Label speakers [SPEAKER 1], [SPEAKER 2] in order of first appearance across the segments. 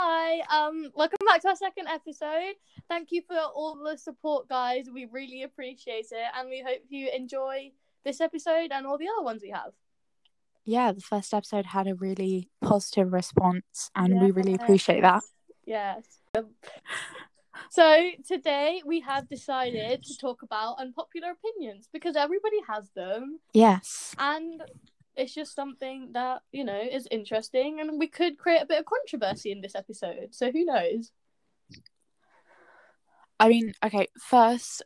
[SPEAKER 1] Hi, um, welcome back to our second episode. Thank you for all the support, guys. We really appreciate it, and we hope you enjoy this episode and all the other ones we have.
[SPEAKER 2] Yeah, the first episode had a really positive response, and we really appreciate that.
[SPEAKER 1] Yes. So today we have decided to talk about unpopular opinions because everybody has them,
[SPEAKER 2] Yes.
[SPEAKER 1] and it's just something that you know is interesting, and we could create a bit of controversy in this episode. So who knows?
[SPEAKER 2] I mean, okay, first,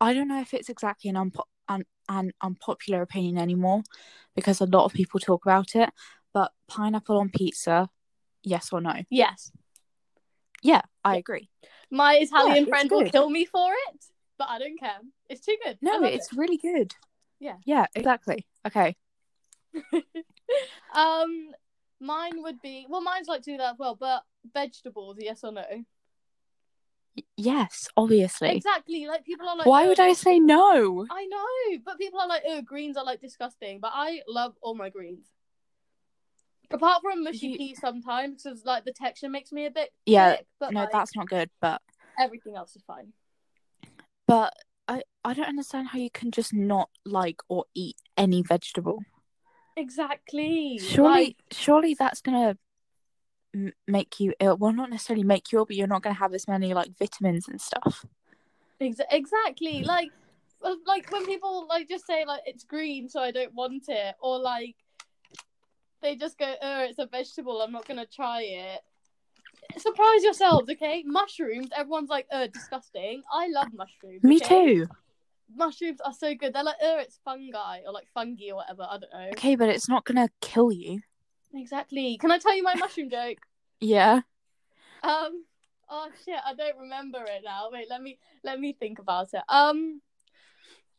[SPEAKER 2] I don't know if it's exactly an, unpo- an, an unpopular opinion anymore because a lot of people talk about it, but pineapple on pizza, yes or no?
[SPEAKER 1] Yes.
[SPEAKER 2] Yeah, I agree.
[SPEAKER 1] My Italian
[SPEAKER 2] it's
[SPEAKER 1] friend will
[SPEAKER 2] good.
[SPEAKER 1] kill me for it, but I don't care. It's too good. I
[SPEAKER 2] No,
[SPEAKER 1] love
[SPEAKER 2] it's really good.
[SPEAKER 1] Yeah.
[SPEAKER 2] Yeah, exactly. Okay.
[SPEAKER 1] it. um mine would be well mine's like do that as well, but vegetables, yes or no?
[SPEAKER 2] Y- Yes, obviously.
[SPEAKER 1] Exactly. Like people are like
[SPEAKER 2] Why would
[SPEAKER 1] "Ugh."
[SPEAKER 2] I say no?
[SPEAKER 1] I know, but people are like, oh greens are like disgusting, but I love all my greens. Apart from mushy
[SPEAKER 2] You-
[SPEAKER 1] peas sometimes, because like the texture makes me a bit
[SPEAKER 2] Yeah,
[SPEAKER 1] sick, but
[SPEAKER 2] No,
[SPEAKER 1] like,
[SPEAKER 2] that's not good, but
[SPEAKER 1] everything else is fine.
[SPEAKER 2] but I I don't understand how you can just not like or eat any vegetable.
[SPEAKER 1] Exactly.
[SPEAKER 2] Surely,
[SPEAKER 1] Like,
[SPEAKER 2] surely that's gonna m- make you ill. Well, not necessarily make you ill, but you're not gonna have as many like vitamins and stuff.
[SPEAKER 1] Ex-
[SPEAKER 2] Mm.
[SPEAKER 1] exactly. Like, well, like when people like just say like it's green, so I don't want it, or like they just go, "Oh, it's a vegetable. I'm not gonna try it." Surprise yourselves, okay? Mushrooms. Everyone's like, "Oh, disgusting." I love mushrooms.
[SPEAKER 2] Me
[SPEAKER 1] okay?
[SPEAKER 2] too.
[SPEAKER 1] Mushrooms are so good. They're like, "Oh, it's fungi," or like fungi or whatever. I don't know.
[SPEAKER 2] Okay, but it's not gonna kill you.
[SPEAKER 1] Exactly. Can I tell you my mushroom joke?
[SPEAKER 2] Yeah.
[SPEAKER 1] Um. Oh shit! I don't remember it now. Wait, let me let me think about it. Um,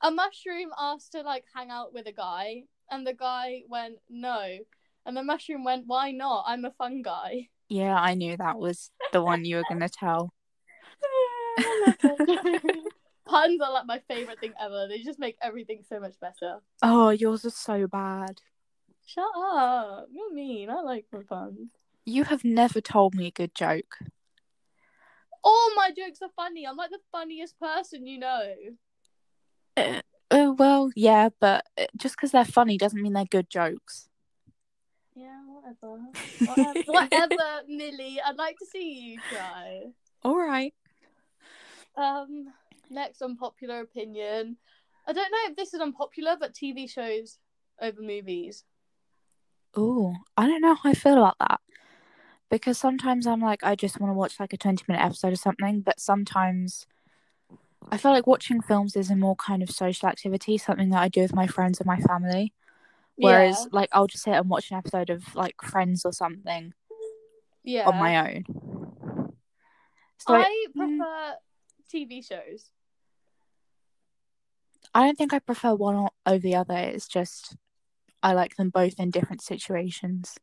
[SPEAKER 1] a mushroom asked to like hang out with a guy, and the guy went no, and the mushroom went, "Why not? I'm a fungi."
[SPEAKER 2] Yeah, I knew that was the one you were gonna tell.
[SPEAKER 1] Puns are like my favorite thing ever. They just make everything so much better.
[SPEAKER 2] Oh, yours is so bad.
[SPEAKER 1] Shut up! You're mean. I like my puns.
[SPEAKER 2] You have never told me a good joke.
[SPEAKER 1] All my jokes are funny. I'm like the funniest person you know.
[SPEAKER 2] Uh, oh well, yeah, but uh, just because they're funny doesn't mean they're good jokes.
[SPEAKER 1] Yeah, whatever. Whatever, whatever, Millie. I'd like to see you try.
[SPEAKER 2] All right.
[SPEAKER 1] Um, next unpopular opinion. I don't know if this is unpopular, but TV shows over movies.
[SPEAKER 2] Oh, I don't know how I feel about that. Because sometimes I'm like, I just want to watch like a 20 minute episode or something, but sometimes I feel like watching films is a more kind of social activity, something that I do with my friends and my family. Whereas, like, I'll just sit and watch an episode of like Friends or something
[SPEAKER 1] yeah,
[SPEAKER 2] on my own. So I,
[SPEAKER 1] I prefer TV shows.
[SPEAKER 2] I don't think I prefer one o- over the other. It's just I like them both in different situations.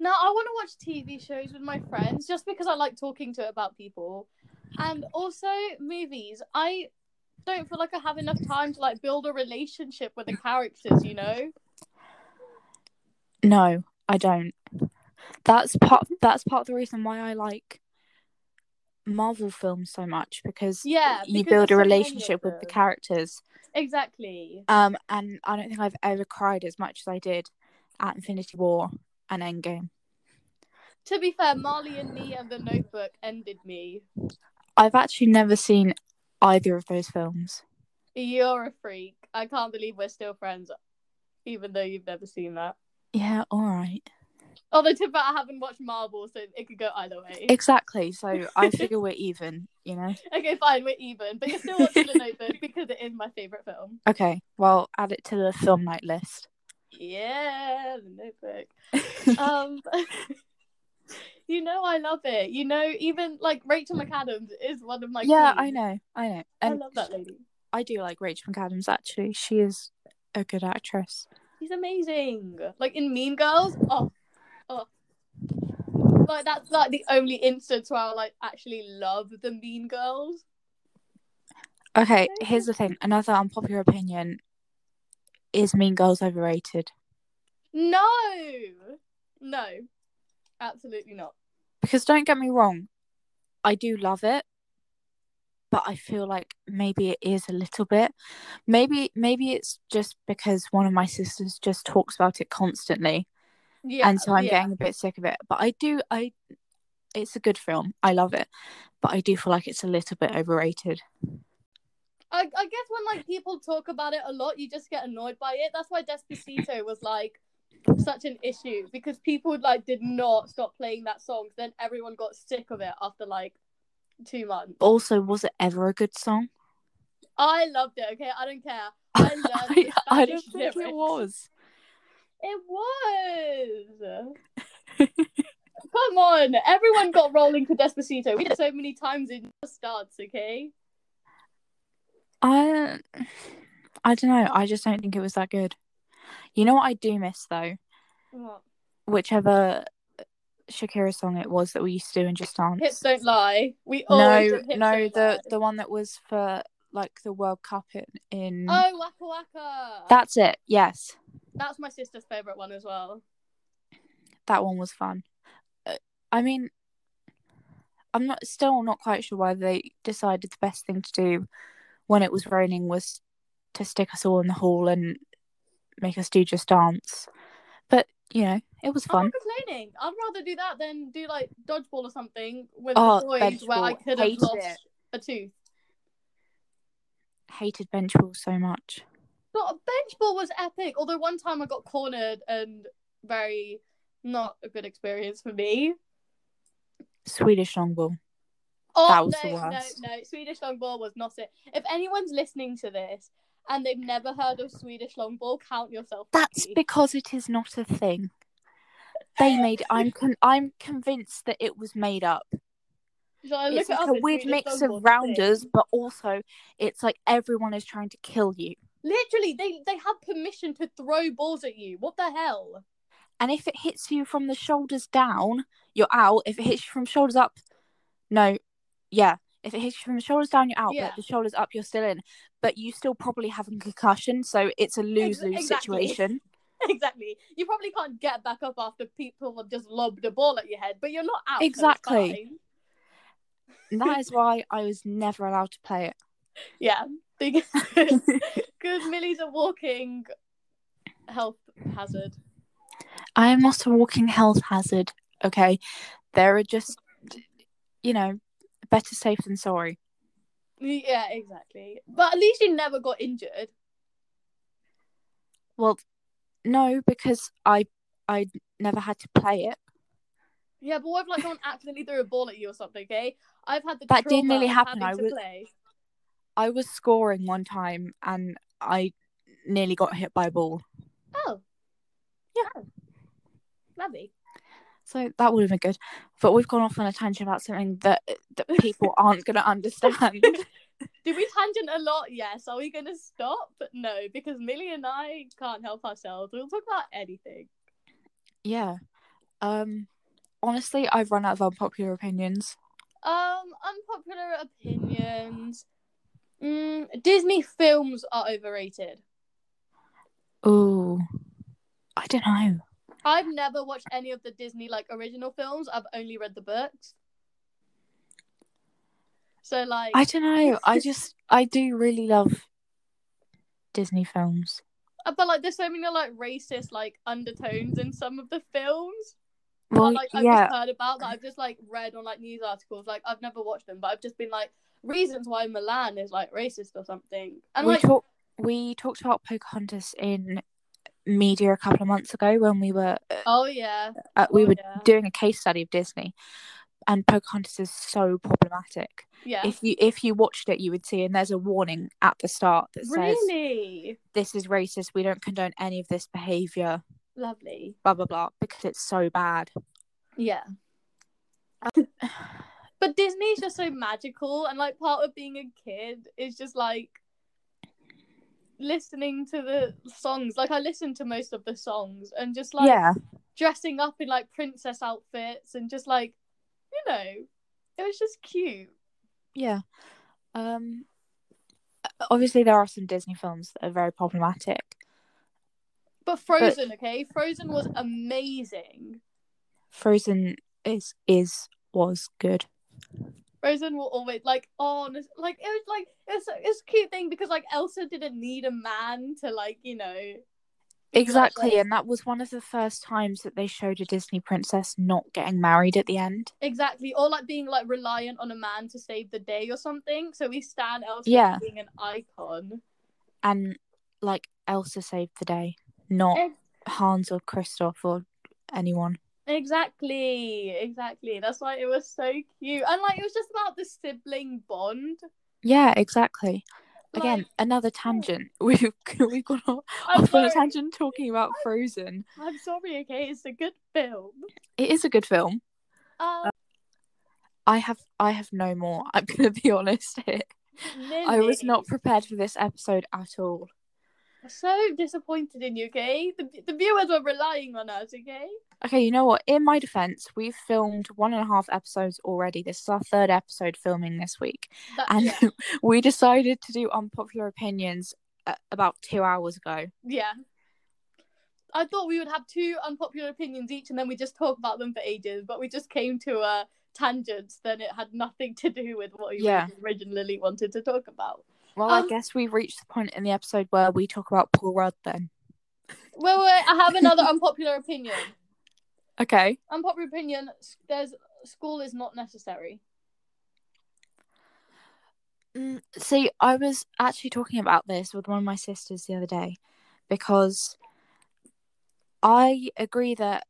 [SPEAKER 1] No, I want to watch TV shows with my friends just because I like talking to about people. And also movies. I don't feel like I have enough time to like build a relationship with the characters, you know?
[SPEAKER 2] No, I don't. That's part that's part of the reason why I like Marvel films so much because
[SPEAKER 1] Yeah.
[SPEAKER 2] you
[SPEAKER 1] because there's
[SPEAKER 2] build a
[SPEAKER 1] so many of
[SPEAKER 2] relationship with the
[SPEAKER 1] them.
[SPEAKER 2] characters.
[SPEAKER 1] Exactly.
[SPEAKER 2] Um and I don't think I've ever cried as much as I did at Infinity War and Endgame.
[SPEAKER 1] To be fair, Marley and me and the Notebook ended me.
[SPEAKER 2] I've actually never seen either of those films.
[SPEAKER 1] You're a freak. I can't believe we're still friends, even though you've never seen that.
[SPEAKER 2] Yeah, all right.
[SPEAKER 1] Although to be fair, I haven't watched Marvel, so it could go either way.
[SPEAKER 2] Exactly. So I figure we're even, you know.
[SPEAKER 1] okay, fine, we're even. But you're still watching the Notebook because it is my favorite film.
[SPEAKER 2] Okay, well, add it to the film night list.
[SPEAKER 1] Yeah, the Notebook. Um, you know I love it. You know, even like Rachel McAdams is one of my
[SPEAKER 2] yeah, I
[SPEAKER 1] queens.
[SPEAKER 2] know. I know.
[SPEAKER 1] I
[SPEAKER 2] And
[SPEAKER 1] love that lady.
[SPEAKER 2] I do like Rachel McAdams actually. She is a good actress.
[SPEAKER 1] She's amazing. Like in Mean Girls, oh, oh. Like that's like the only instance where I like actually love the Mean Girls.
[SPEAKER 2] Okay, here's the thing. Another unpopular opinion is Mean Girls overrated
[SPEAKER 1] No, no, absolutely not.
[SPEAKER 2] because don't get me wrong, I do love it, but I feel like maybe it is a little bit. Maybe maybe it's just because one of my sisters just talks about it constantly.
[SPEAKER 1] Yeah,
[SPEAKER 2] and so I'm
[SPEAKER 1] yeah.
[SPEAKER 2] getting a bit sick of it. But I do, I it's a good film. I love it, but I do feel like it's a little bit overrated.
[SPEAKER 1] I, I guess when like people talk about it a lot, you just get annoyed by it. That's why Despacito was like such an issue because people like did not stop playing that song. Then everyone got sick of it after like two months.
[SPEAKER 2] Also, was it ever a good song?
[SPEAKER 1] I loved it. Okay, I don't care. I learned the
[SPEAKER 2] I don't
[SPEAKER 1] Spanish
[SPEAKER 2] think
[SPEAKER 1] lyrics.
[SPEAKER 2] it was.
[SPEAKER 1] It was. Come on, everyone got rolling to Despacito. We did it so many times in just dance. Okay.
[SPEAKER 2] I I don't know. I just don't think it was that good. You know what I do miss though?
[SPEAKER 1] What?
[SPEAKER 2] Whichever Shakira song it was that we used to do in Just Dance.
[SPEAKER 1] Hips don't lie. We always
[SPEAKER 2] no,
[SPEAKER 1] did hips
[SPEAKER 2] no,
[SPEAKER 1] don't
[SPEAKER 2] the
[SPEAKER 1] lie.
[SPEAKER 2] the one that was for like the World Cup in. in...
[SPEAKER 1] Oh, Waka Waka.
[SPEAKER 2] That's it. Yes.
[SPEAKER 1] That's my sister's favorite one as well.
[SPEAKER 2] that one was fun. Uh, I mean, I'm not still not quite sure why they decided the best thing to do when it was raining was to stick us all in the hall and make us do just dance. But you know, it was
[SPEAKER 1] I'm
[SPEAKER 2] fun.
[SPEAKER 1] not complaining. I'd rather do that than do like dodgeball or something with
[SPEAKER 2] Oh,
[SPEAKER 1] the boys
[SPEAKER 2] bench
[SPEAKER 1] where I
[SPEAKER 2] ball.
[SPEAKER 1] could have
[SPEAKER 2] Hated
[SPEAKER 1] lost
[SPEAKER 2] it.
[SPEAKER 1] a tooth.
[SPEAKER 2] Hated bench ball so much.
[SPEAKER 1] But a bench ball was epic. Although one time I got cornered and very not a good experience for me.
[SPEAKER 2] Swedish longbow.
[SPEAKER 1] Oh
[SPEAKER 2] That was
[SPEAKER 1] no,
[SPEAKER 2] the worst.
[SPEAKER 1] no, no! Swedish longball was not it. If anyone's listening to this and they've never heard of Swedish longball, count yourself.
[SPEAKER 2] That's
[SPEAKER 1] lucky.
[SPEAKER 2] because it is not a thing. They made. I'm. Con- I'm convinced that it was made up.
[SPEAKER 1] Shall I Oh, look
[SPEAKER 2] It's
[SPEAKER 1] it
[SPEAKER 2] like
[SPEAKER 1] up?
[SPEAKER 2] a
[SPEAKER 1] It's
[SPEAKER 2] weird
[SPEAKER 1] Swedish
[SPEAKER 2] mix of
[SPEAKER 1] longball,
[SPEAKER 2] rounders,
[SPEAKER 1] thing.
[SPEAKER 2] but also it's like everyone is trying to kill you.
[SPEAKER 1] Literally, they they have permission to throw balls at you. What the hell?
[SPEAKER 2] And if it hits you from the shoulders down, you're out. If it hits you from shoulders up, no, yeah. If it hits you from the shoulders down, you're out.
[SPEAKER 1] Yeah.
[SPEAKER 2] But the shoulders up, you're still in. But you still probably have a concussion, so it's a lose lose
[SPEAKER 1] exactly.
[SPEAKER 2] situation.
[SPEAKER 1] exactly. You probably can't get back up after people have just lobbed a ball at your head, but you're not out. so it's
[SPEAKER 2] Exactly.
[SPEAKER 1] fine.
[SPEAKER 2] And that is why I was never allowed to play
[SPEAKER 1] Yeah. Because
[SPEAKER 2] it.
[SPEAKER 1] Millie's a walking health hazard.
[SPEAKER 2] I am not a walking health hazard. Okay, there are just, you know, better safe than sorry.
[SPEAKER 1] Yeah, exactly. But at least you never got injured.
[SPEAKER 2] Well, no, because I I never had to play it.
[SPEAKER 1] Yeah, but what if like someone accidentally threw a ball at you or something? Okay, I've had the
[SPEAKER 2] That did
[SPEAKER 1] trauma
[SPEAKER 2] nearly
[SPEAKER 1] of
[SPEAKER 2] happen.
[SPEAKER 1] having to
[SPEAKER 2] I was-
[SPEAKER 1] play.
[SPEAKER 2] I was scoring one time and I nearly got hit by a ball.
[SPEAKER 1] Oh,
[SPEAKER 2] Yeah.
[SPEAKER 1] Oh. Lovely.
[SPEAKER 2] So that would have been good. But we've gone off on a tangent about something that that people aren't going to understand.
[SPEAKER 1] Did we tangent a lot? Yes. Are we going to stop? No, because Millie and I can't help ourselves. We'll talk about anything.
[SPEAKER 2] yeah. Um honestly, I've run out of unpopular opinions.
[SPEAKER 1] Um, unpopular opinions. Mm, Disney films are overrated.
[SPEAKER 2] Ooh. I don't know.
[SPEAKER 1] I've never watched any of the Disney like original films. I've only read the books. So like,
[SPEAKER 2] I don't know. I just I do really love Disney films.
[SPEAKER 1] Uh, but like, there's so many like racist like undertones in some of the films. that,
[SPEAKER 2] Well,
[SPEAKER 1] like I've
[SPEAKER 2] yeah.
[SPEAKER 1] just heard about that. I've just like read on like news articles. Like I've never watched them, but I've just been like reasons why Milan is like racist or something. And
[SPEAKER 2] we
[SPEAKER 1] like,
[SPEAKER 2] talked we talked about Pocahontas in media a couple of months ago when we were
[SPEAKER 1] oh yeah,
[SPEAKER 2] uh, we
[SPEAKER 1] oh,
[SPEAKER 2] were
[SPEAKER 1] yeah.
[SPEAKER 2] doing a case study of Disney, and Pocahontas is so problematic.
[SPEAKER 1] yeah.
[SPEAKER 2] If you if you watched it, you would see, and there's a warning at the start that says
[SPEAKER 1] really
[SPEAKER 2] this is racist. We don't condone any of this behavior.
[SPEAKER 1] lovely.
[SPEAKER 2] Blah blah blah, because it's so bad.
[SPEAKER 1] Yeah. But Disney's just so magical, and like part of being a kid is just like listening to the songs. Like I listen to most of the songs, and just like
[SPEAKER 2] yeah,
[SPEAKER 1] dressing up in like princess outfits and just like you know it was just cute
[SPEAKER 2] yeah. Um, obviously there are some Disney films that are very problematic.
[SPEAKER 1] But Frozen, okay? Frozen was amazing.
[SPEAKER 2] Frozen is is was good.
[SPEAKER 1] Frozen will always like on like it was like it's it's a cute thing because like Elsa didn't need a man to like you know be
[SPEAKER 2] Exactly,
[SPEAKER 1] like-
[SPEAKER 2] and that was one of the first times that they showed a Disney princess not getting married at the end.
[SPEAKER 1] exactly or like being like reliant on a man to save the day or something. So we stand Elsa
[SPEAKER 2] Yeah.
[SPEAKER 1] as being an icon.
[SPEAKER 2] And like Elsa saved the day, not
[SPEAKER 1] Ex-
[SPEAKER 2] Hans or Kristoff or anyone.
[SPEAKER 1] Exactly, exactly. That's why it was so cute, and like it was just about the sibling bond.
[SPEAKER 2] Yeah, exactly. Again,
[SPEAKER 1] Like,
[SPEAKER 2] another tangent. We've we've gone off
[SPEAKER 1] I'm
[SPEAKER 2] off on a
[SPEAKER 1] sorry.
[SPEAKER 2] tangent talking about Frozen.
[SPEAKER 1] I'm sorry. Okay, it's a good film.
[SPEAKER 2] It is a good film.
[SPEAKER 1] Um,
[SPEAKER 2] I have I have no more. I'm gonna be honest here. I was
[SPEAKER 1] Lily.
[SPEAKER 2] not prepared for this episode at all.
[SPEAKER 1] so disappointed in you, okay? The, the viewers were relying on us, okay?
[SPEAKER 2] Okay, you know what? In my defense, we've filmed one and a half episodes already. This is our third episode filming this week,
[SPEAKER 1] That,
[SPEAKER 2] and
[SPEAKER 1] yeah,
[SPEAKER 2] we decided to do unpopular opinions uh, about two hours ago.
[SPEAKER 1] yeah. I thought we would have two unpopular opinions each and then we just talk about them for ages, but we just came to a tangent, then it had nothing to do with what we
[SPEAKER 2] Yeah.
[SPEAKER 1] originally wanted to talk about.
[SPEAKER 2] Well, I
[SPEAKER 1] Um,
[SPEAKER 2] guess we've reached the point in the episode where we talk about Paul Rudd. Then,
[SPEAKER 1] Wait, wait, uh, I have another unpopular opinion.
[SPEAKER 2] okay.
[SPEAKER 1] Unpopular opinion s- there's school is not necessary.
[SPEAKER 2] Mm, see, I was actually talking about this with one of my sisters the other day because I agree that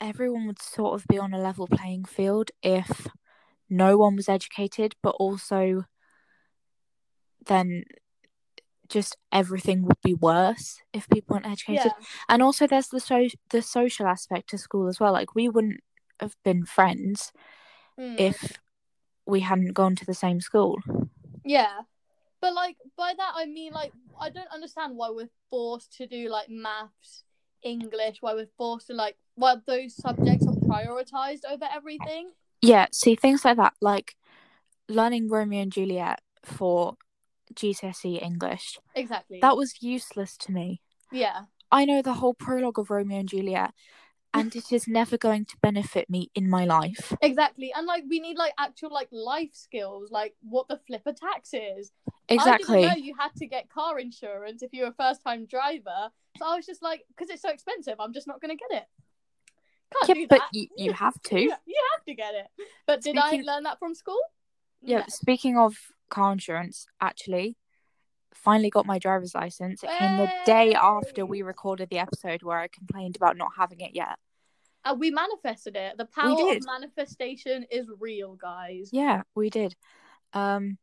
[SPEAKER 2] everyone would sort of be on a level playing field if no one was educated, but also then just everything would be worse if people weren't educated.
[SPEAKER 1] Yeah.
[SPEAKER 2] And also, there's the so- the social aspect to school as well. Like we wouldn't have been friends
[SPEAKER 1] Mm.
[SPEAKER 2] if we hadn't gone to the same school.
[SPEAKER 1] Yeah. But like by that I mean like I don't understand why we're forced to do like maths, English, why we're forced to like why those subjects are prioritized over everything.
[SPEAKER 2] Yeah, see things like that, like learning Romeo and Juliet for GCSE E English.
[SPEAKER 1] Exactly.
[SPEAKER 2] That was useless to me.
[SPEAKER 1] yeah.
[SPEAKER 2] I know the whole prologue of Romeo and Juliet, and it is never going to benefit me in my life.
[SPEAKER 1] Exactly. And like we need like actual like life skills, like what the flipper tax is. I
[SPEAKER 2] Exactly.
[SPEAKER 1] didn't know you had to get car insurance if you were a first time driver. So I was just like, because it's so expensive, I'm just not gonna get it. Can't
[SPEAKER 2] Yeah,
[SPEAKER 1] do
[SPEAKER 2] but
[SPEAKER 1] that.
[SPEAKER 2] you, you have to.
[SPEAKER 1] You, you have to get it. But did
[SPEAKER 2] Speaking-
[SPEAKER 1] I learn that from school?
[SPEAKER 2] Yeah,
[SPEAKER 1] No.
[SPEAKER 2] speaking of car insurance, actually, finally got my driver's license. It came the day after we
[SPEAKER 1] Hey.
[SPEAKER 2] recorded the episode where I complained about not having it yet.
[SPEAKER 1] And Uh, we manifested it. The power
[SPEAKER 2] did.
[SPEAKER 1] of manifestation is real, guys.
[SPEAKER 2] Yeah, we did. Um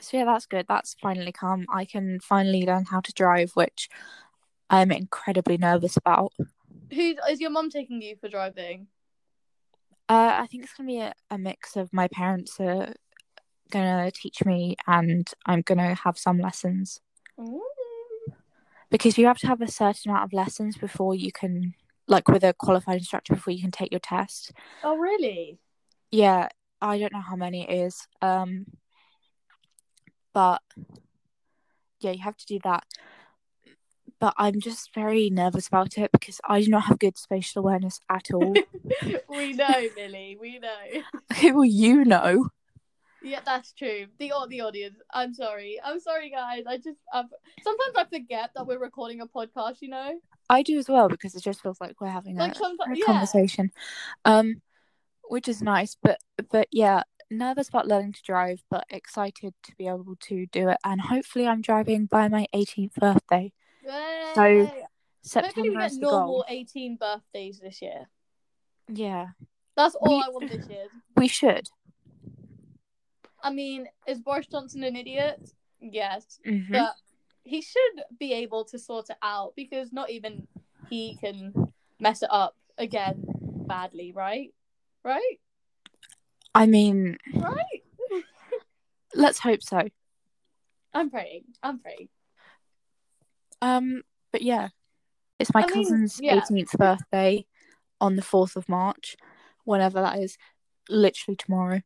[SPEAKER 2] so yeah, that's good. That's finally come. I can finally learn how to drive, which I'm incredibly nervous about.
[SPEAKER 1] Who is your mom taking you for driving?
[SPEAKER 2] Uh I think it's going to be a, a mix of my parents are going to teach me and I'm going to have some lessons
[SPEAKER 1] Ooh.
[SPEAKER 2] because you have to have a certain amount of lessons before you can like with a qualified instructor before you can take your test.
[SPEAKER 1] Oh, really?
[SPEAKER 2] Yeah, I don't know how many it is. Um but yeah, you have to do that. But I'm just very nervous about it because I do not have good spatial awareness at all.
[SPEAKER 1] we know, Lily. We know.
[SPEAKER 2] okay, well, you know.
[SPEAKER 1] Yeah, that's true. The au- the audience. I'm sorry. I'm sorry, guys. I just i sometimes I forget that we're recording a podcast. You know,
[SPEAKER 2] I do as well because it just feels like we're having a,
[SPEAKER 1] like sometimes.
[SPEAKER 2] a
[SPEAKER 1] Yeah.
[SPEAKER 2] conversation, um, which is nice. But but yeah, nervous about learning to drive, but excited to be able to do it. And hopefully, I'm driving by my 18th birthday. So,
[SPEAKER 1] Yay. Hopefully, we
[SPEAKER 2] September
[SPEAKER 1] get
[SPEAKER 2] is the goal.
[SPEAKER 1] normal 18 birthdays this year.
[SPEAKER 2] Yeah,
[SPEAKER 1] That's all
[SPEAKER 2] We-
[SPEAKER 1] I want this year.
[SPEAKER 2] we should.
[SPEAKER 1] I mean, is Boris Johnson an idiot? Yes,
[SPEAKER 2] Mhm.
[SPEAKER 1] but he should be able to sort it out because not even he can mess it up again badly, right? Right?
[SPEAKER 2] I mean,
[SPEAKER 1] Right?
[SPEAKER 2] let's hope so.
[SPEAKER 1] I'm praying. I'm praying.
[SPEAKER 2] Um, but yeah, it's my
[SPEAKER 1] I mean,
[SPEAKER 2] cousin's
[SPEAKER 1] yeah.
[SPEAKER 2] 18th birthday on the 4th of March, whenever that is, literally tomorrow.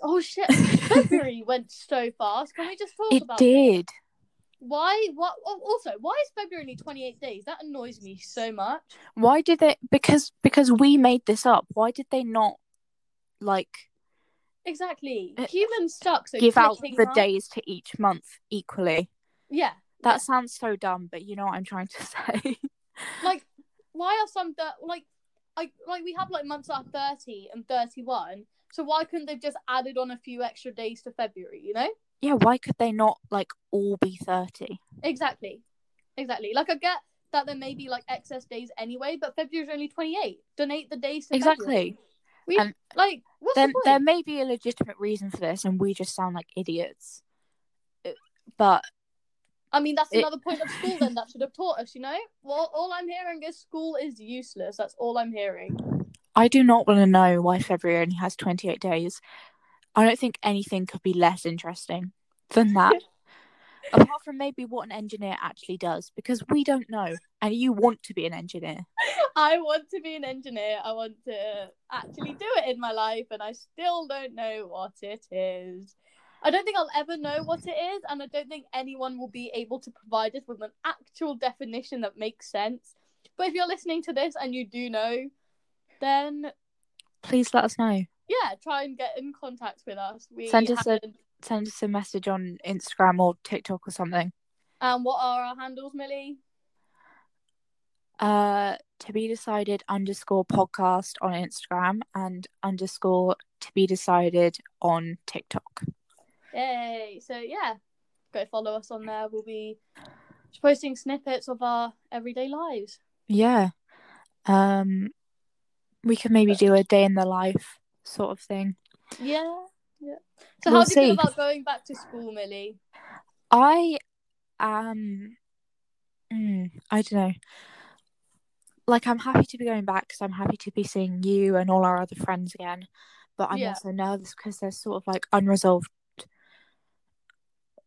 [SPEAKER 1] Oh shit! February went so fast. Can we just talk
[SPEAKER 2] It
[SPEAKER 1] about
[SPEAKER 2] did.
[SPEAKER 1] why? What? oh, Also, why is February only twenty eight days? That annoys me so much.
[SPEAKER 2] Why did they? Because because we made this up. Why did they not like
[SPEAKER 1] Exactly.
[SPEAKER 2] Uh,
[SPEAKER 1] Humans suck. So
[SPEAKER 2] give out
[SPEAKER 1] clicking
[SPEAKER 2] the
[SPEAKER 1] up-
[SPEAKER 2] days to each month equally?
[SPEAKER 1] Yeah.
[SPEAKER 2] That sounds so dumb, but you know what I'm trying to say.
[SPEAKER 1] Like, why are some that like, I like we have like months that are thirty and thirty one. So why couldn't they've just added on a few extra days to February? You know.
[SPEAKER 2] yeah, why could they not like all be thirty?
[SPEAKER 1] Exactly. Exactly. Like I get that there may be like excess days anyway, but February's only twenty eight. Donate the days to February.
[SPEAKER 2] Exactly.
[SPEAKER 1] We
[SPEAKER 2] And
[SPEAKER 1] like what's
[SPEAKER 2] Then
[SPEAKER 1] the point?
[SPEAKER 2] there may be a legitimate reason for this, and we just sound like idiots. Uh, But
[SPEAKER 1] I mean that's
[SPEAKER 2] it-
[SPEAKER 1] another point of school then that should have taught us, you know? Well all I'm hearing is school is useless. That's all I'm hearing.
[SPEAKER 2] I do not want to know why February only has 28 days. I don't think anything could be less interesting than that. Apart from maybe what an engineer actually does, because we don't know, and you want to be an engineer.
[SPEAKER 1] I want to be an engineer. I want to actually do it in my life and I still don't know what it is. I don't think I'll ever know what it is, and I don't think anyone will be able to provide us with an actual definition that makes sense. But if you're listening to this and you do know, then
[SPEAKER 2] Please let us know.
[SPEAKER 1] yeah, try and get in contact with us. We
[SPEAKER 2] Send us a-
[SPEAKER 1] haven't-
[SPEAKER 2] Send us a message on Instagram or TikTok or something.
[SPEAKER 1] And what are our handles, Millie?
[SPEAKER 2] Uh, to be decided underscore podcast on Instagram and underscore to be decided on TikTok.
[SPEAKER 1] Yay! So yeah, go follow us on there. We'll be posting snippets of our everyday lives.
[SPEAKER 2] Yeah. Um, we could maybe do a day in the life sort of thing.
[SPEAKER 1] Yeah, yeah. So
[SPEAKER 2] We'll
[SPEAKER 1] how do you feel
[SPEAKER 2] see.
[SPEAKER 1] about going back to school, Millie?
[SPEAKER 2] I am. Mm, I don't know. Like, I'm happy to be going back because I'm happy to be seeing you and all our other friends again. But I'm
[SPEAKER 1] Yeah.
[SPEAKER 2] also nervous because there's sort of like unresolved,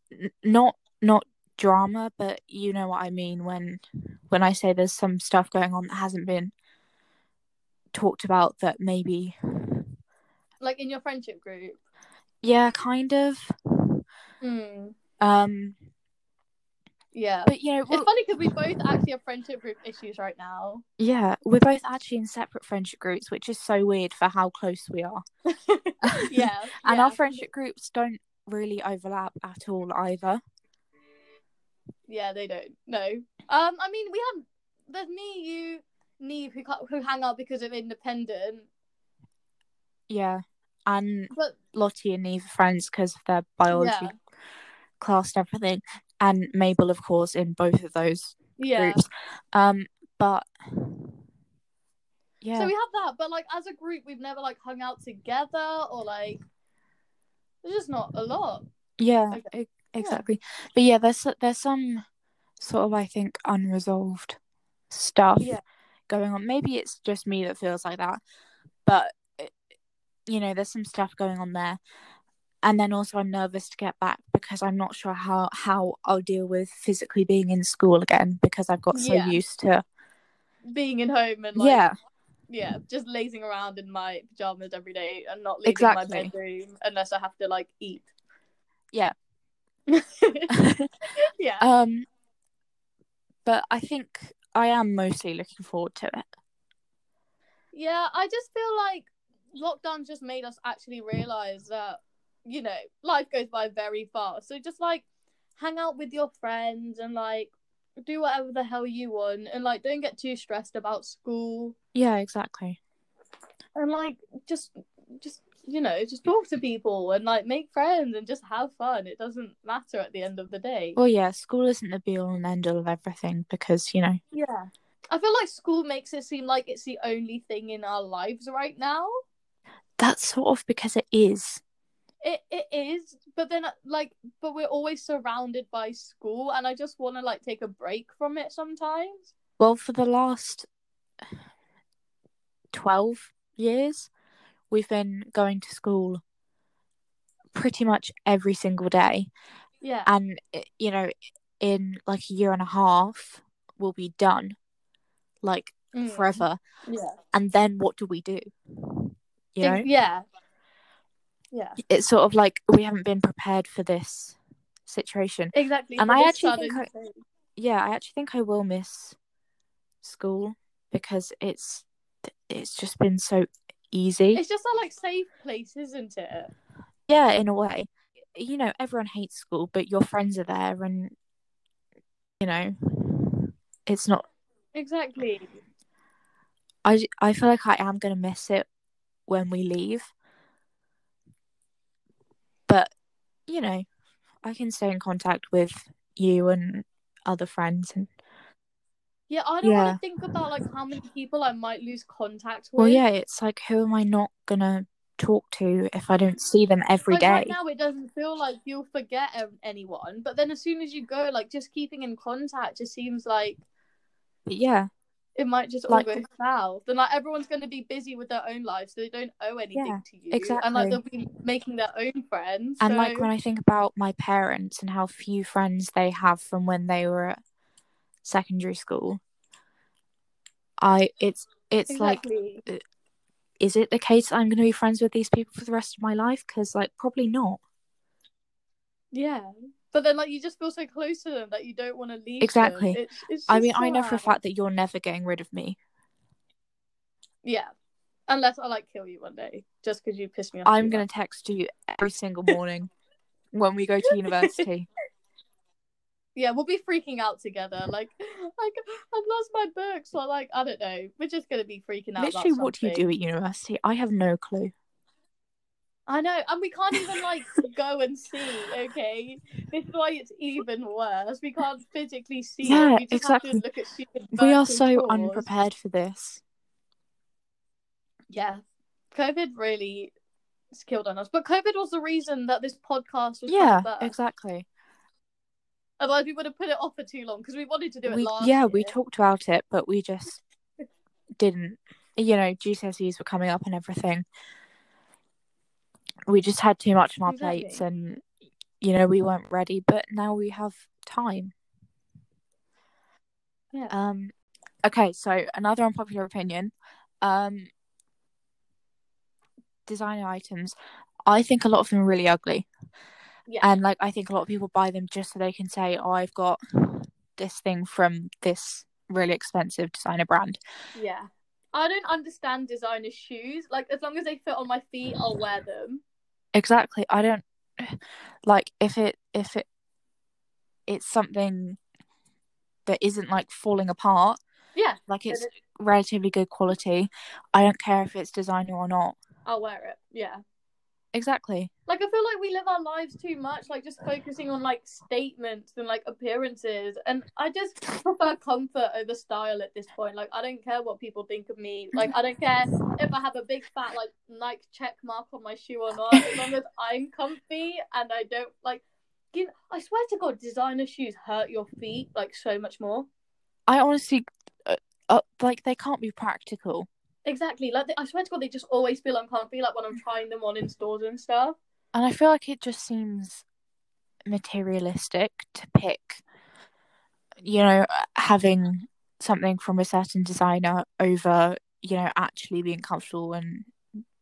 [SPEAKER 2] n- not not drama, but you know what I mean when when I say there's some stuff going on that hasn't been talked about that maybe
[SPEAKER 1] Like in your friendship group?
[SPEAKER 2] yeah, kind of.
[SPEAKER 1] Mm,
[SPEAKER 2] Um,
[SPEAKER 1] yeah.
[SPEAKER 2] but you know,
[SPEAKER 1] It's
[SPEAKER 2] we'll-
[SPEAKER 1] funny because we both actually have friendship group issues right now.
[SPEAKER 2] Yeah, we're both actually in separate friendship groups, which is so weird for how close we are.
[SPEAKER 1] Yeah.
[SPEAKER 2] and
[SPEAKER 1] yeah.
[SPEAKER 2] our friendship groups don't really overlap at all either.
[SPEAKER 1] Yeah, they don't. No. Um, I mean, we have. There's me, you, Neve, who ca- who hang out because of independent,
[SPEAKER 2] Yeah. And
[SPEAKER 1] but
[SPEAKER 2] Lottie and Neve are friends because of their biology
[SPEAKER 1] Yeah.
[SPEAKER 2] class and everything. And Mabel, of course, in both of those
[SPEAKER 1] yeah.
[SPEAKER 2] groups. Um, but yeah,
[SPEAKER 1] So we have that, but like as a group, we've never like hung out together or like. There's just not a lot.
[SPEAKER 2] yeah,
[SPEAKER 1] Okay.
[SPEAKER 2] e- exactly. But yeah, there's there's some sort of I think unresolved stuff.
[SPEAKER 1] Yeah.
[SPEAKER 2] going on. Maybe it's just me that feels like that, but it, you know, there's some stuff going on there. And then also, I'm nervous to get back because I'm not sure how how I'll deal with physically being in school again because I've got so
[SPEAKER 1] Yeah.
[SPEAKER 2] used to
[SPEAKER 1] Being in home and like
[SPEAKER 2] yeah,
[SPEAKER 1] yeah,
[SPEAKER 2] Mm.
[SPEAKER 1] just lazing around in my pajamas every day and not leaving my
[SPEAKER 2] Exactly.
[SPEAKER 1] bedroom unless I have to like eat.
[SPEAKER 2] Yeah.
[SPEAKER 1] yeah.
[SPEAKER 2] um, but I think I am mostly looking forward to it.
[SPEAKER 1] Yeah, I just feel like lockdown's just made us actually realize that, you know, life goes by very fast. So just like hang out with your friends and like do whatever the hell you want and like don't get too stressed about school
[SPEAKER 2] Yeah, exactly.
[SPEAKER 1] and like just just you know just talk to people and like make friends and just have fun it doesn't matter at the end of the day
[SPEAKER 2] Well, yeah, school isn't the be all and end all of everything because you know.
[SPEAKER 1] yeah i feel like school makes it seem like it's the only thing in our lives right now
[SPEAKER 2] That's sort of because it is.
[SPEAKER 1] It it is, but then like, but we're always surrounded by school, and I just want to like take a break from it sometimes.
[SPEAKER 2] Well, for the last 12 years, we've been going to school pretty much every single day.
[SPEAKER 1] Yeah,
[SPEAKER 2] And, eh, you know, in like a year and a half, we'll be done like
[SPEAKER 1] Mm.
[SPEAKER 2] forever.
[SPEAKER 1] Yeah,
[SPEAKER 2] And then what do we do? You know?
[SPEAKER 1] Ex- yeah. Yeah.
[SPEAKER 2] It's sort of like we haven't been prepared for this situation.
[SPEAKER 1] Exactly.
[SPEAKER 2] And
[SPEAKER 1] for
[SPEAKER 2] I
[SPEAKER 1] this
[SPEAKER 2] actually
[SPEAKER 1] sudden
[SPEAKER 2] think I-
[SPEAKER 1] thing.
[SPEAKER 2] Yeah, I actually think I will miss school because it's it's just been so easy.
[SPEAKER 1] it's just a like safe place, isn't it?
[SPEAKER 2] Yeah, in a way. You know, everyone hates school, but your friends are there and you know, it's not
[SPEAKER 1] Exactly.
[SPEAKER 2] I I feel like I am going to miss it when we leave. But, you know, I can stay in contact with you and other friends and
[SPEAKER 1] Yeah, I don't want
[SPEAKER 2] Yeah.
[SPEAKER 1] to think about like how many people I might lose contact with.
[SPEAKER 2] well yeah, it's like who am I not going to talk to if I don't see them every
[SPEAKER 1] like
[SPEAKER 2] day?
[SPEAKER 1] right now, it doesn't feel like you'll forget um, anyone, but then as soon as you go, like just keeping in contact just seems like
[SPEAKER 2] But yeah.
[SPEAKER 1] it might just
[SPEAKER 2] Like-
[SPEAKER 1] all go south. And like everyone's going to be busy with their own lives, so they don't owe anything
[SPEAKER 2] Yeah,
[SPEAKER 1] to you. And like
[SPEAKER 2] exactly.
[SPEAKER 1] they'll be making their own friends.
[SPEAKER 2] And
[SPEAKER 1] so-
[SPEAKER 2] like when I think about my parents and how few friends they have from when they were at secondary school, I it's it's like
[SPEAKER 1] exactly.
[SPEAKER 2] is it the case that I'm going to be friends with these people for the rest of my life? Because, like, probably not.
[SPEAKER 1] Yeah. But then, like, you just feel so close to them that you don't want to leave. them.
[SPEAKER 2] Exactly.
[SPEAKER 1] It's, it's
[SPEAKER 2] I
[SPEAKER 1] just
[SPEAKER 2] mean, I know for a
[SPEAKER 1] sad.
[SPEAKER 2] fact that you're never getting rid of me.
[SPEAKER 1] Yeah. Unless I, like, kill you one day just because you pissed me off.
[SPEAKER 2] I'm
[SPEAKER 1] too
[SPEAKER 2] going to text you every single morning when we go to university.
[SPEAKER 1] yeah, we'll be freaking out together. Like, like I've lost my books, or like I don't know. We're just gonna be freaking out.
[SPEAKER 2] Literally,
[SPEAKER 1] about
[SPEAKER 2] what do you
[SPEAKER 1] something.
[SPEAKER 2] do at university? I have no clue.
[SPEAKER 1] I know, and we can't even like go and see. Okay, this is why it's even worse. We can't physically see.
[SPEAKER 2] Yeah,
[SPEAKER 1] it. We just
[SPEAKER 2] exactly.
[SPEAKER 1] Have to look at stupid
[SPEAKER 2] We
[SPEAKER 1] virtual
[SPEAKER 2] are so
[SPEAKER 1] tours.
[SPEAKER 2] unprepared for this.
[SPEAKER 1] Yeah, COVID really has killed on us. But COVID was the reason that this podcast was.
[SPEAKER 2] Yeah,
[SPEAKER 1] put first.
[SPEAKER 2] exactly.
[SPEAKER 1] Otherwise, we would have put it off for too long because we wanted to do it
[SPEAKER 2] We,
[SPEAKER 1] last.
[SPEAKER 2] yeah, we
[SPEAKER 1] year.
[SPEAKER 2] talked about it, but we just didn't. You know, GCSEs were coming up and everything. we just had too much on our plates
[SPEAKER 1] Exactly.
[SPEAKER 2] and you know we weren't ready but now we have time
[SPEAKER 1] Yeah.
[SPEAKER 2] um okay so another unpopular opinion um designer items i think a lot of them are really ugly
[SPEAKER 1] Yeah.
[SPEAKER 2] and like i think a lot of people buy them just so they can say oh i've got this thing from this really expensive designer brand
[SPEAKER 1] Yeah. I don't understand designer shoes. Like, as long as they fit on my feet, I'll wear them.
[SPEAKER 2] exactly i don't like if it if it it's something that isn't like falling apart
[SPEAKER 1] Yeah,
[SPEAKER 2] like it's
[SPEAKER 1] it-
[SPEAKER 2] relatively good quality i don't care if it's designer or not
[SPEAKER 1] I'll wear it. Yeah.
[SPEAKER 2] exactly
[SPEAKER 1] Like, I feel like we live our lives too much, like, just focusing on, like, statements and, like, appearances. And I just prefer comfort over style at this point. Like, I don't care what people think of me. Like, I don't care if I have a big fat, like, Nike check mark on my shoe or not. As long as I'm comfy and I don't, like, you know, I swear to God, designer shoes hurt your feet, like, so much more.
[SPEAKER 2] i honestly uh, uh, like they can't be practical
[SPEAKER 1] Exactly. Like they, I swear to God, they just always feel uncomfy. Like when I'm trying them on in stores and stuff.
[SPEAKER 2] and i feel like it just seems materialistic to pick you know having something from a certain designer over you know actually being comfortable and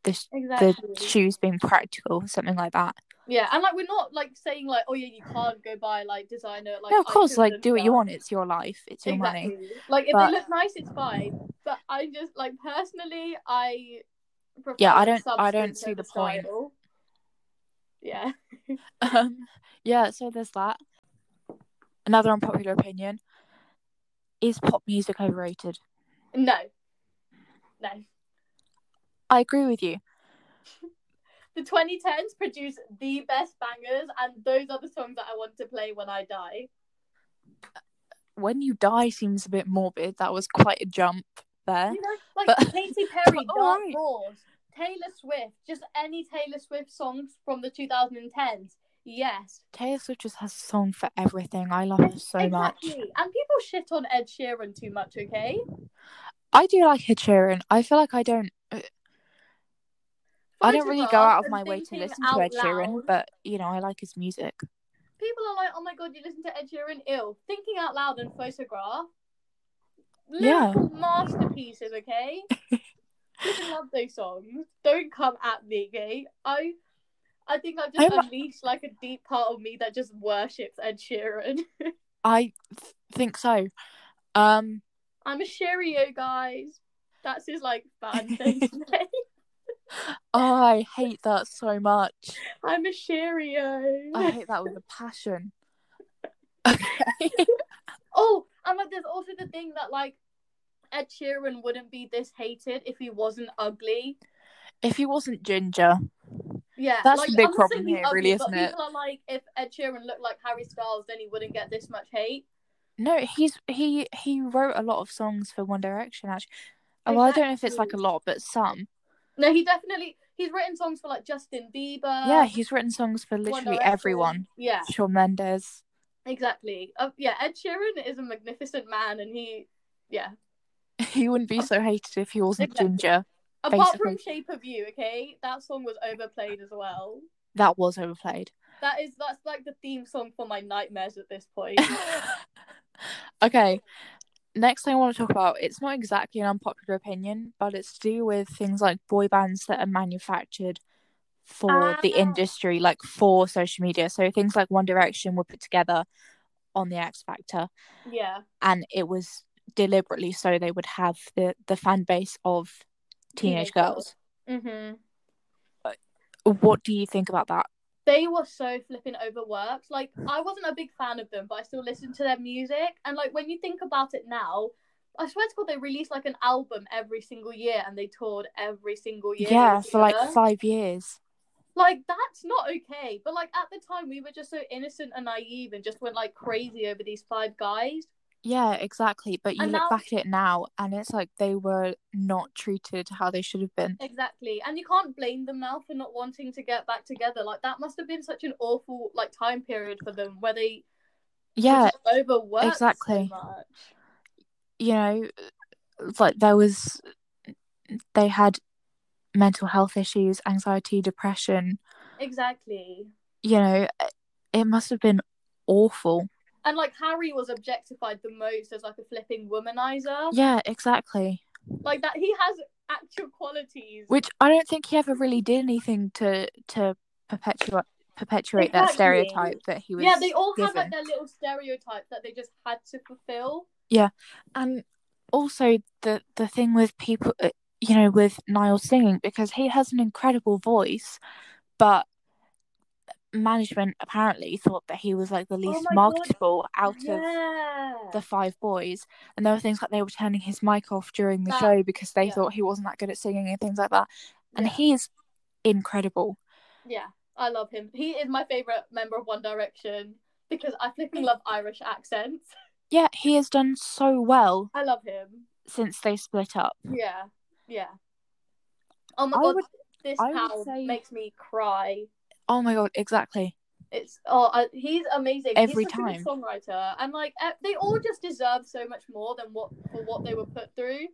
[SPEAKER 2] the, sh- the shoes being practical something like that
[SPEAKER 1] Yeah, and like we're not like saying like, oh yeah, you can't go buy like designer. Like
[SPEAKER 2] no of course
[SPEAKER 1] items
[SPEAKER 2] like
[SPEAKER 1] and
[SPEAKER 2] do what you
[SPEAKER 1] stuff.
[SPEAKER 2] want it's your life it's your
[SPEAKER 1] Exactly.
[SPEAKER 2] money
[SPEAKER 1] Like if
[SPEAKER 2] But-
[SPEAKER 1] they look nice, it's fine. But I just like personally, I prefer.
[SPEAKER 2] Yeah, I
[SPEAKER 1] like,
[SPEAKER 2] don't- I don't
[SPEAKER 1] substance
[SPEAKER 2] see
[SPEAKER 1] over
[SPEAKER 2] the point.
[SPEAKER 1] style. Yeah.
[SPEAKER 2] Um, yeah, so there's that. Another unpopular opinion is pop music overrated?
[SPEAKER 1] No. No.
[SPEAKER 2] I agree with you.
[SPEAKER 1] The 2010s produce the best bangers, and those are the songs that I want to play when I die.
[SPEAKER 2] When you die seems a bit morbid. That was quite a jump there.
[SPEAKER 1] You know, like
[SPEAKER 2] But-
[SPEAKER 1] Katy Perry,
[SPEAKER 2] but
[SPEAKER 1] Dark
[SPEAKER 2] alright.
[SPEAKER 1] Horse, Taylor Swift, just any Taylor Swift songs from the 2010s. Yes.
[SPEAKER 2] Taylor Swift just has a song for everything. I love her so
[SPEAKER 1] exactly.
[SPEAKER 2] much.
[SPEAKER 1] And people shit on Ed Sheeran too much, okay?
[SPEAKER 2] I do like Ed Sheeran. I feel like I don't. I don't really go out
[SPEAKER 1] Photograph
[SPEAKER 2] of
[SPEAKER 1] and
[SPEAKER 2] my way to
[SPEAKER 1] thinking
[SPEAKER 2] listen to
[SPEAKER 1] out
[SPEAKER 2] Ed Sheeran,
[SPEAKER 1] loud.
[SPEAKER 2] but you know I like his music.
[SPEAKER 1] People are like, oh my god, you listen to Ed Sheeran ill. Thinking out loud and photograph.
[SPEAKER 2] Yeah.
[SPEAKER 1] Lyrical masterpieces, okay? People love those songs. Don't come at me, okay? I I think I've just
[SPEAKER 2] I'm-
[SPEAKER 1] unleashed like a deep part of me that just worships Ed Sheeran.
[SPEAKER 2] I th- think so. Um,
[SPEAKER 1] I'm a Sheerio, guys. That's his like fan thing. today.
[SPEAKER 2] oh, I hate that so much.
[SPEAKER 1] I'm a Sheerio.
[SPEAKER 2] I hate that with a passion. Okay.
[SPEAKER 1] Oh, and like there's also the thing that like Ed Sheeran wouldn't be this hated if he wasn't ugly.
[SPEAKER 2] if he wasn't ginger,
[SPEAKER 1] Yeah,
[SPEAKER 2] That's
[SPEAKER 1] like,
[SPEAKER 2] the big
[SPEAKER 1] I'm not
[SPEAKER 2] problem
[SPEAKER 1] saying he's
[SPEAKER 2] here, really,
[SPEAKER 1] but
[SPEAKER 2] isn't it?
[SPEAKER 1] People are like, if Ed Sheeran looked like Harry Styles, then he wouldn't get this much hate.
[SPEAKER 2] no, he's he he wrote a lot of songs for One Direction. Actually, Oh, well, I don't know if it's like a
[SPEAKER 1] Exactly.
[SPEAKER 2] lot, but some.
[SPEAKER 1] No, he definitely he's written songs for like Justin Bieber.
[SPEAKER 2] yeah, he's written songs for
[SPEAKER 1] Uh, One
[SPEAKER 2] literally
[SPEAKER 1] Direction.
[SPEAKER 2] everyone.
[SPEAKER 1] Yeah,
[SPEAKER 2] Shawn Mendes.
[SPEAKER 1] exactly. Uh, yeah, Ed Sheeran is a magnificent man, and he, yeah.
[SPEAKER 2] He wouldn't be so hated if he wasn't
[SPEAKER 1] Exactly.
[SPEAKER 2] ginger.
[SPEAKER 1] Apart from Shape of You, okay, that song was overplayed as well.
[SPEAKER 2] That was overplayed.
[SPEAKER 1] That is that's like the theme song for my nightmares at this point.
[SPEAKER 2] okay. Next thing I want to talk about, it's not exactly an unpopular opinion, but it's to do with things like boy bands that are manufactured for the
[SPEAKER 1] Ah.
[SPEAKER 2] industry, like for social media. So things like One Direction were put together on the X Factor
[SPEAKER 1] yeah,
[SPEAKER 2] and it was deliberately so they would have the, the fan base of teenage,
[SPEAKER 1] Teenage
[SPEAKER 2] girls.
[SPEAKER 1] girls. hmm
[SPEAKER 2] What do you think about that?
[SPEAKER 1] they were so flipping overworked. Like I wasn't a big fan of them, but I still listened to their music. And like when you think about it now, I swear to God, they released like an album every single year, and they toured every single year.
[SPEAKER 2] yeah for like
[SPEAKER 1] together.
[SPEAKER 2] five years.
[SPEAKER 1] like that's not okay but like at the time we were just so innocent and naive and just went like crazy over these five guys
[SPEAKER 2] Yeah, exactly. But you
[SPEAKER 1] And
[SPEAKER 2] look
[SPEAKER 1] now-
[SPEAKER 2] back at it now, and it's like they were not treated how they should have been.
[SPEAKER 1] exactly and you can't blame them now for not wanting to get back together like that must have been such an awful like time period for them where they were
[SPEAKER 2] Yeah,
[SPEAKER 1] just overworked
[SPEAKER 2] exactly.
[SPEAKER 1] so much.
[SPEAKER 2] you know, it's like there was, they had mental health issues, anxiety, depression.
[SPEAKER 1] exactly
[SPEAKER 2] You know, it must have been awful.
[SPEAKER 1] and like harry was objectified the most as like a flipping womanizer
[SPEAKER 2] Yeah, exactly.
[SPEAKER 1] like that he has actual qualities
[SPEAKER 2] Which I don't think he ever really did anything to to perpetuate perpetuate that
[SPEAKER 1] Exactly.
[SPEAKER 2] stereotype that he was.
[SPEAKER 1] yeah they all have
[SPEAKER 2] given.
[SPEAKER 1] like their little stereotypes that they just had to fulfill
[SPEAKER 2] and also the the thing with people uh, you know with Niall singing because he has an incredible voice but management apparently thought that he was like the least
[SPEAKER 1] Oh my God.
[SPEAKER 2] marketable out of
[SPEAKER 1] yeah.
[SPEAKER 2] the five boys and there were things like they were turning his mic off during the
[SPEAKER 1] That-
[SPEAKER 2] show because they
[SPEAKER 1] yeah.
[SPEAKER 2] thought he wasn't that good at singing and things like that and
[SPEAKER 1] yeah.
[SPEAKER 2] he's incredible
[SPEAKER 1] Yeah, I love him. He is my favorite member of One Direction because I flipping love Irish accents.
[SPEAKER 2] yeah he has done so well
[SPEAKER 1] I love him.
[SPEAKER 2] since they split up
[SPEAKER 1] Yeah, yeah. Oh my
[SPEAKER 2] I
[SPEAKER 1] god,
[SPEAKER 2] would-
[SPEAKER 1] this
[SPEAKER 2] I would
[SPEAKER 1] cow
[SPEAKER 2] say-
[SPEAKER 1] makes me cry.
[SPEAKER 2] oh my god exactly
[SPEAKER 1] It's oh, I, he's amazing.
[SPEAKER 2] Every
[SPEAKER 1] he's such a good
[SPEAKER 2] time.
[SPEAKER 1] songwriter, and like eh, they all just deserve so much more than what for what they were put through.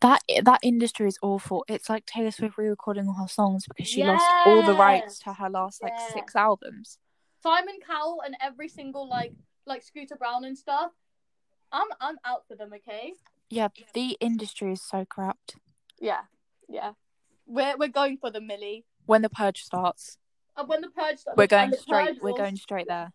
[SPEAKER 2] That eh, that industry is awful. It's like Taylor Swift re-recording all her songs because she lost all the rights to her last like
[SPEAKER 1] Yes.
[SPEAKER 2] six albums.
[SPEAKER 1] Simon Cowell and every single like like Scooter Brown and stuff. I'm I'm out for them. Okay.
[SPEAKER 2] Yeah, the industry is so corrupt.
[SPEAKER 1] Yeah, yeah. We're we're going for the Millie.
[SPEAKER 2] When the purge starts,
[SPEAKER 1] And when the purge starts,
[SPEAKER 2] we're going
[SPEAKER 1] and the
[SPEAKER 2] straight.
[SPEAKER 1] purge
[SPEAKER 2] We're
[SPEAKER 1] will-
[SPEAKER 2] going straight there.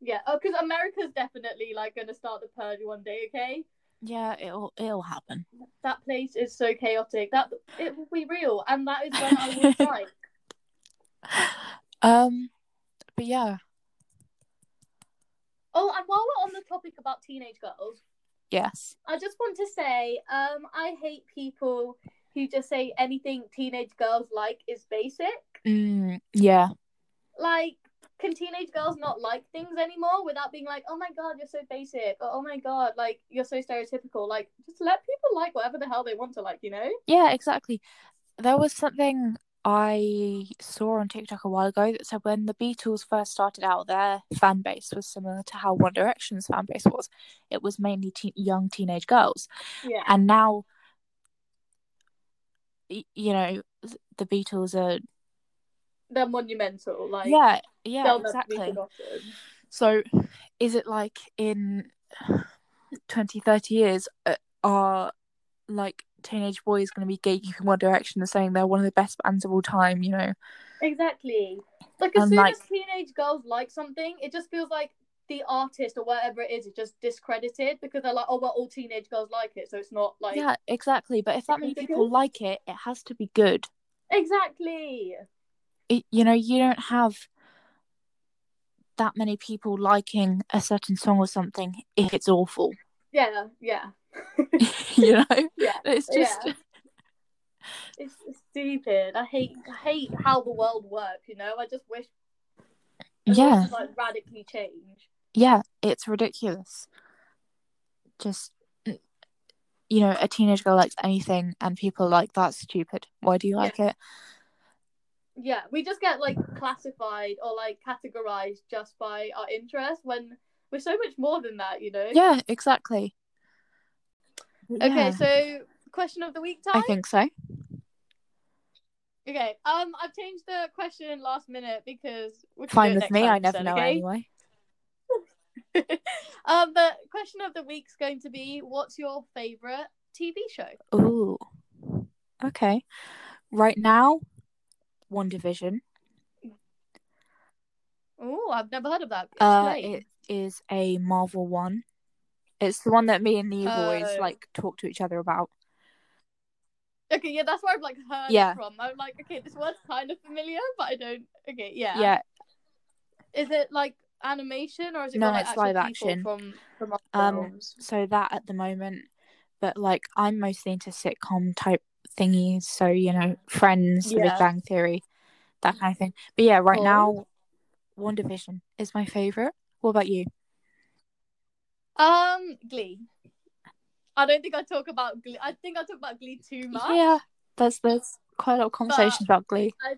[SPEAKER 1] Yeah, oh, because America's definitely like going to start the purge one day. Okay,
[SPEAKER 2] Yeah, it'll it'll happen.
[SPEAKER 1] that place is so chaotic that it will be real, and that is when I will cry.
[SPEAKER 2] Um, but yeah,
[SPEAKER 1] Oh, and while we're on the topic about teenage girls,
[SPEAKER 2] yes,
[SPEAKER 1] I just want to say, um, I hate people who just say anything teenage girls like is basic.
[SPEAKER 2] mm, yeah,
[SPEAKER 1] Like, can teenage girls not like things anymore without being like, oh my god, you're so basic, or oh my god, like you're so stereotypical? Like, just let people like whatever the hell they want to like, you know?
[SPEAKER 2] yeah, exactly. There was something I saw on TikTok a while ago that said when the Beatles first started out, their fan base was similar to how One Direction's fan base was. It was mainly teen young teenage girls,
[SPEAKER 1] Yeah.
[SPEAKER 2] and now, y- you know, th- the Beatles are
[SPEAKER 1] they're monumental. Like
[SPEAKER 2] yeah, yeah,
[SPEAKER 1] they'll never be
[SPEAKER 2] exactly.
[SPEAKER 1] forgotten.
[SPEAKER 2] So, is it like in 20, 30 years uh, are like teenage boys going to be gatekeeping One Direction and saying they're one of the best bands of all time? You know,
[SPEAKER 1] Exactly. Like as
[SPEAKER 2] And,
[SPEAKER 1] soon
[SPEAKER 2] like-
[SPEAKER 1] as teenage girls like something, it just feels like the artist or whatever it is is just discredited because they're like, oh well, all teenage girls like it, so it's not like
[SPEAKER 2] yeah, exactly. But if that many people like it, it has to be good.
[SPEAKER 1] exactly.
[SPEAKER 2] It, you know, you don't have that many people liking a certain song or something if it's awful.
[SPEAKER 1] Yeah, yeah,
[SPEAKER 2] you know,
[SPEAKER 1] Yeah,
[SPEAKER 2] it's just
[SPEAKER 1] yeah. It's stupid. I hate, I hate how the world works. You know, I just wish it
[SPEAKER 2] yeah.
[SPEAKER 1] was, like radically change.
[SPEAKER 2] yeah, it's ridiculous. Just you know, a teenage girl likes anything, and people are like that's stupid. Why do you
[SPEAKER 1] Yeah.
[SPEAKER 2] like it?
[SPEAKER 1] Yeah, we just get like classified or like categorized just by our interest when we're so much more than that. You know.
[SPEAKER 2] Yeah, exactly.
[SPEAKER 1] Okay,
[SPEAKER 2] Yeah,
[SPEAKER 1] so question of the week time.
[SPEAKER 2] I think so.
[SPEAKER 1] Okay. Um, I've changed the question last minute because we can do
[SPEAKER 2] Fine
[SPEAKER 1] it
[SPEAKER 2] with
[SPEAKER 1] next
[SPEAKER 2] me.
[SPEAKER 1] time
[SPEAKER 2] I never
[SPEAKER 1] instead,
[SPEAKER 2] know
[SPEAKER 1] okay?
[SPEAKER 2] anyway.
[SPEAKER 1] um, the question of the week's going to be: What's your favorite TV show?
[SPEAKER 2] Ooh, okay. Right now, One Division.
[SPEAKER 1] Oh, I've never heard of that.
[SPEAKER 2] Uh,
[SPEAKER 1] Explain.
[SPEAKER 2] it is a Marvel one. It's the one that me and Neve always
[SPEAKER 1] Oh.
[SPEAKER 2] like talk to each other about.
[SPEAKER 1] Okay, yeah, that's where I've like heard
[SPEAKER 2] Yeah.
[SPEAKER 1] it from. I'm like, okay, this word's kind of familiar, but I don't. Okay, yeah.
[SPEAKER 2] Yeah,
[SPEAKER 1] Is it like animation or is it
[SPEAKER 2] No,
[SPEAKER 1] got, like
[SPEAKER 2] it's
[SPEAKER 1] actual
[SPEAKER 2] live
[SPEAKER 1] people
[SPEAKER 2] action.
[SPEAKER 1] from from our
[SPEAKER 2] Um,
[SPEAKER 1] films?
[SPEAKER 2] so that at the moment, but like I'm mostly into sitcom type thingies, so you know, Friends, The Big
[SPEAKER 1] Yeah.
[SPEAKER 2] Bang Theory, that kind of thing. But yeah, right
[SPEAKER 1] Cool.
[SPEAKER 2] now, One Division is my favorite. What about you?
[SPEAKER 1] Um, Glee. I don't think I talk about Glee. I think I talk about Glee too much.
[SPEAKER 2] Yeah, there's there's quite a lot of
[SPEAKER 1] But
[SPEAKER 2] conversations about Glee.
[SPEAKER 1] I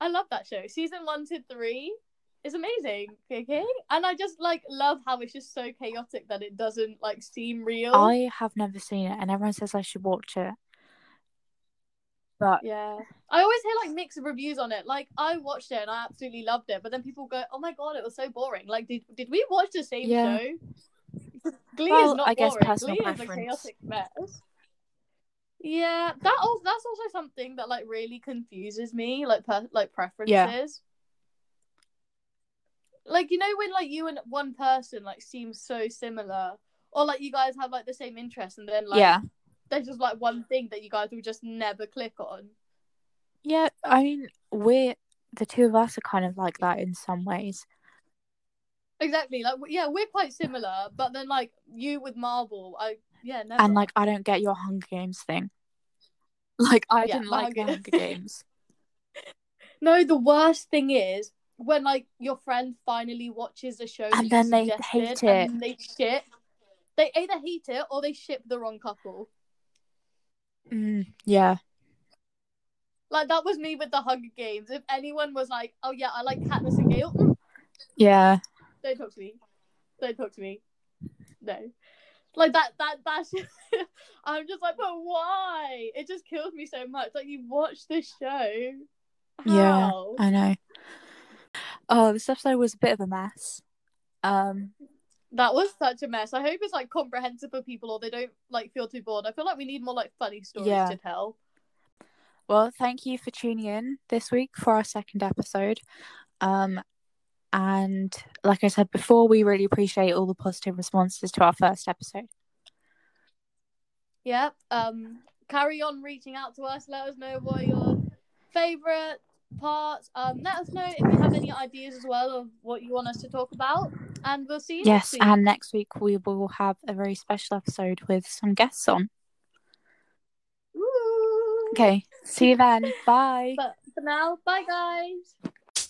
[SPEAKER 1] I love that show. Season one to three is amazing. Okay, and I just like love how it's just so chaotic that it doesn't like seem real.
[SPEAKER 2] I have never seen it, and everyone says I should watch it, but
[SPEAKER 1] Yeah, I always hear like mixed reviews on it. Like I watched it and I absolutely loved it, but then people go, "Oh my god, it was so boring." Like, did did we watch the same
[SPEAKER 2] yeah.
[SPEAKER 1] show? Glee is
[SPEAKER 2] Well, I
[SPEAKER 1] not
[SPEAKER 2] guess
[SPEAKER 1] boring.
[SPEAKER 2] personal
[SPEAKER 1] Glee is a
[SPEAKER 2] preference.
[SPEAKER 1] chaotic mess. Yeah, that also, that's also something that like really confuses me, like per- like
[SPEAKER 2] Yeah,
[SPEAKER 1] preferences. Like you know when like you and one person like seem so similar, or like you guys have like the same interest, and then like
[SPEAKER 2] yeah,
[SPEAKER 1] there's just like one thing that you guys will just never click on.
[SPEAKER 2] yeah. I mean, we're the two of us are kind of like that in some ways.
[SPEAKER 1] Exactly. Like w- yeah, we're quite similar, but then like you with Marvel, I yeah
[SPEAKER 2] and
[SPEAKER 1] never.
[SPEAKER 2] like I don't get your Hunger Games thing. Like I
[SPEAKER 1] Yeah,
[SPEAKER 2] didn't
[SPEAKER 1] the
[SPEAKER 2] like
[SPEAKER 1] Hunger.
[SPEAKER 2] the Hunger Games.
[SPEAKER 1] no, the worst thing is when like your friend finally watches a show
[SPEAKER 2] And
[SPEAKER 1] that you
[SPEAKER 2] then they
[SPEAKER 1] suggested
[SPEAKER 2] hate it.
[SPEAKER 1] and they shit. They either hate it or they ship the wrong couple.
[SPEAKER 2] Mm, yeah.
[SPEAKER 1] Like that was me with the Hunger Games. If anyone was like, "Oh yeah, I like Katniss and Gale," mm,
[SPEAKER 2] Yeah.
[SPEAKER 1] don't talk to me. Don't talk to me. No. Like that. That. That's. Just, I'm just like, but why? It just kills me so much. Like you watch this show.
[SPEAKER 2] Yeah.
[SPEAKER 1] How?
[SPEAKER 2] I know. Oh, this episode was a bit of a mess. Um
[SPEAKER 1] That was such a mess. I hope it's like comprehensive for people, or they don't like feel too bored. I feel like we need more like funny stories
[SPEAKER 2] yeah.
[SPEAKER 1] to tell.
[SPEAKER 2] Well, thank you for tuning in this week for our second episode. Um and like I said before, we really appreciate all the positive responses to our first episode.
[SPEAKER 1] Yep. Um. Carry on reaching out to us. Let us know what your favorite parts. Um. Let us know if you have any ideas as well of what you want us to talk about, and we'll see you next
[SPEAKER 2] Yes,
[SPEAKER 1] week.
[SPEAKER 2] and next week we will have a very special episode with some guests on.
[SPEAKER 1] Woo!
[SPEAKER 2] Okay, see you then. Bye.
[SPEAKER 1] but for now, bye guys.